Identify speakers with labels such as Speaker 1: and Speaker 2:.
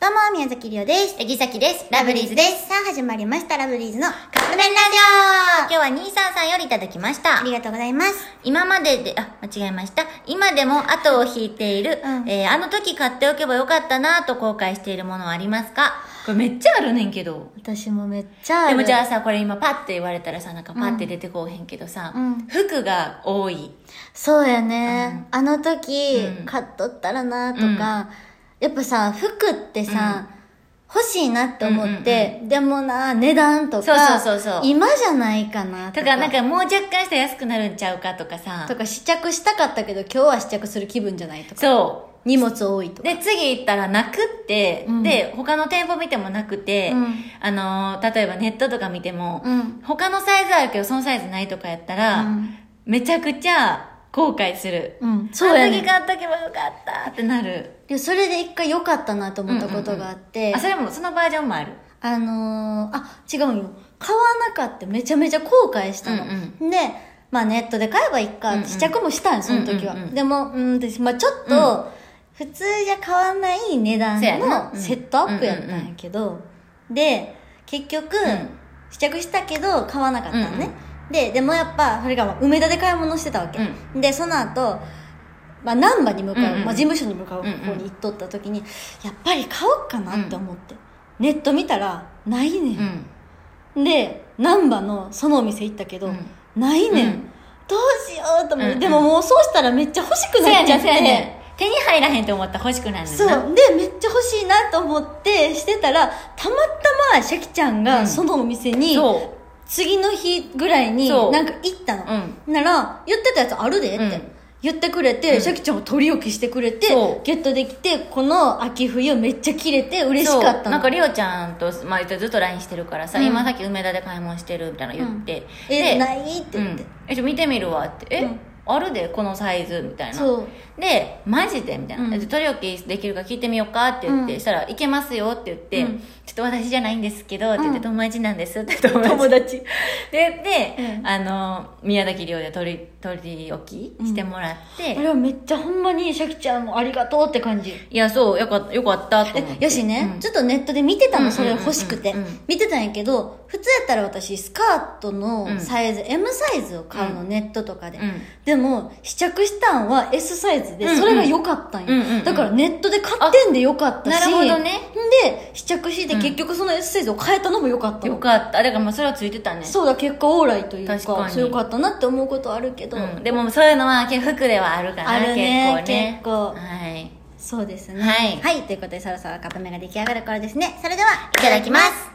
Speaker 1: どうも、宮崎りおです。
Speaker 2: えぎさきです。
Speaker 1: ラ
Speaker 2: ラ
Speaker 1: ブ
Speaker 2: ブ
Speaker 1: リ
Speaker 2: リ
Speaker 1: ーズ
Speaker 2: ーズ
Speaker 1: で。
Speaker 2: ですす。
Speaker 1: さあ、始まりました、ラブリーズの
Speaker 2: カップ麺ラジオ今日は兄さんさんよりいただきました
Speaker 1: あり。がとうございます。
Speaker 2: 今までで、あ、間違えました。今でも後を引いている、
Speaker 1: うん
Speaker 2: えーあの時買っておけばよかったなと後悔しているものはありますかこれめっちゃあるねんけど。
Speaker 1: 私もめっちゃ
Speaker 2: でもじゃ
Speaker 1: あ
Speaker 2: あさ、これ今パッて言われたらさ、なんかパッて出てこうへんけどさ、
Speaker 1: うん
Speaker 2: 服が多い。
Speaker 1: そうやね。あの時、
Speaker 2: うん
Speaker 1: 買っとったらなとか、やっぱさ、服ってさ、欲しいなって思って、でもな、値段とか、
Speaker 2: そうそうそうそう
Speaker 1: 今じゃないかなと
Speaker 2: だ
Speaker 1: か。
Speaker 2: からなんかもう若干したら安くなるんちゃうかとかさ
Speaker 1: と。か試着したかったけど、今日は試着する気分じゃないとか。
Speaker 2: そう。
Speaker 1: 荷物多いとか。
Speaker 2: で、次行ったらなくって、
Speaker 1: うん
Speaker 2: で、他の店舗見てもなくて、
Speaker 1: うん
Speaker 2: あのー、例えばネットとか見ても、
Speaker 1: うん
Speaker 2: 他のサイズあるけどそのサイズないとかやったら、
Speaker 1: うん
Speaker 2: めちゃくちゃ後悔する。
Speaker 1: うんそうやね
Speaker 2: あの時買っとけばよかったってなる。
Speaker 1: でそれで一回良かったなと思ったことがあって、
Speaker 2: あ、それも、そのバージョンもある。
Speaker 1: あのーあ、違うよ。買わなかった。めちゃめちゃ後悔したの。
Speaker 2: うん
Speaker 1: で、まあネットで買えばいいか、
Speaker 2: うんうん
Speaker 1: 試着もしたんよその時は。
Speaker 2: うんうんうん
Speaker 1: でも、うん、私、まあちょっと、普通じゃ買わない値段
Speaker 2: そうやな
Speaker 1: の
Speaker 2: うん
Speaker 1: セットアップやったんやけど、で、結局、
Speaker 2: ん
Speaker 1: 試着したけど買わなかったのね。
Speaker 2: うん
Speaker 1: で、でもやっぱ、それが梅田で買い物してたわけ。で、その後、まあ、難波に向かう、
Speaker 2: うんうん
Speaker 1: まあ、事務所に向かう
Speaker 2: うんうん
Speaker 1: 方に行っとった時に、やっぱり買おうかなって思って、ネット見たらないね、
Speaker 2: うんん。
Speaker 1: で難波のそのお店行ったけど、
Speaker 2: うん
Speaker 1: ないねん、
Speaker 2: うん
Speaker 1: どうしようと思って、
Speaker 2: うんうん
Speaker 1: でももうそうしたらめっちゃ欲しく
Speaker 2: そう
Speaker 1: な
Speaker 2: や
Speaker 1: っち
Speaker 2: ね
Speaker 1: ゃ
Speaker 2: ん、
Speaker 1: っ
Speaker 2: そ
Speaker 1: て、
Speaker 2: うやねん。手に入らへんと思ったら欲しくなるねんな。
Speaker 1: そうでめっちゃ欲しいなと思ってしてたらたまたまシャキちゃん
Speaker 2: う
Speaker 1: が
Speaker 2: ん
Speaker 1: そのお店に、
Speaker 2: そ
Speaker 1: 次の日ぐらいに
Speaker 2: そう
Speaker 1: なんか行ったの、なら言ってたやつあるでって、
Speaker 2: うん
Speaker 1: 言ってくれて、
Speaker 2: うん
Speaker 1: シャキちゃんを取り置きしてくれて
Speaker 2: そう
Speaker 1: ゲットできてこの秋冬めっちゃ切れて
Speaker 2: う。
Speaker 1: 嬉しかった
Speaker 2: そう
Speaker 1: の
Speaker 2: なんか、りおちゃんと、まあ、ずっと LINE してるからさ、
Speaker 1: うん
Speaker 2: 今さっき梅田で買い物してるみたいなの言って。
Speaker 1: え
Speaker 2: で
Speaker 1: ないって言って
Speaker 2: うん、えちょ見てみるわってえ、
Speaker 1: うん
Speaker 2: あるでこのサイズみたいな
Speaker 1: そう
Speaker 2: でマジでみたいな、
Speaker 1: うん
Speaker 2: え取り置きできるか聞いてみようかって言って、
Speaker 1: うん
Speaker 2: したら「いけますよ」って言って、
Speaker 1: うん
Speaker 2: ちょっと私じゃないんですけど」って言って、
Speaker 1: うん
Speaker 2: 友達なんです」って友
Speaker 1: 友達
Speaker 2: でで、
Speaker 1: うん
Speaker 2: あの宮崎亮で取り取り置きしてもらって、
Speaker 1: あれはめっちゃほんまにシャキちゃんもありがとうって感じ
Speaker 2: いやそうよかったよかったと思っ
Speaker 1: え
Speaker 2: て
Speaker 1: よしね、
Speaker 2: うん
Speaker 1: ちょっとネットで見てた
Speaker 2: う
Speaker 1: の
Speaker 2: ん
Speaker 1: それ欲しくて、
Speaker 2: うんうんうんうん
Speaker 1: 見てたんやけど普通やったら私スカートのサイズ、M サイズを買うの、
Speaker 2: う
Speaker 1: ネットとかで、
Speaker 2: うん
Speaker 1: でも試着したんは S サイズで
Speaker 2: うんうん
Speaker 1: それが良かったんよ、
Speaker 2: うんうんうん
Speaker 1: だからネットで買ってんで良かったし
Speaker 2: あなるほどね
Speaker 1: で試着して
Speaker 2: うん
Speaker 1: 結局その S サイズを変えたのも良かったの
Speaker 2: よかっただからまあそれはついてたね
Speaker 1: そうだ結果オーライというか
Speaker 2: 確かに
Speaker 1: そう良かったなって思うことあるけど、
Speaker 2: うん、でもそういうのは結構服ではあるかな
Speaker 1: あるね
Speaker 2: 結構ね
Speaker 1: 結構
Speaker 2: はい
Speaker 1: そうですね
Speaker 2: はい
Speaker 1: はい、ということでそろそろカップ麺が出来上がる頃ですねそれではい
Speaker 2: いただきます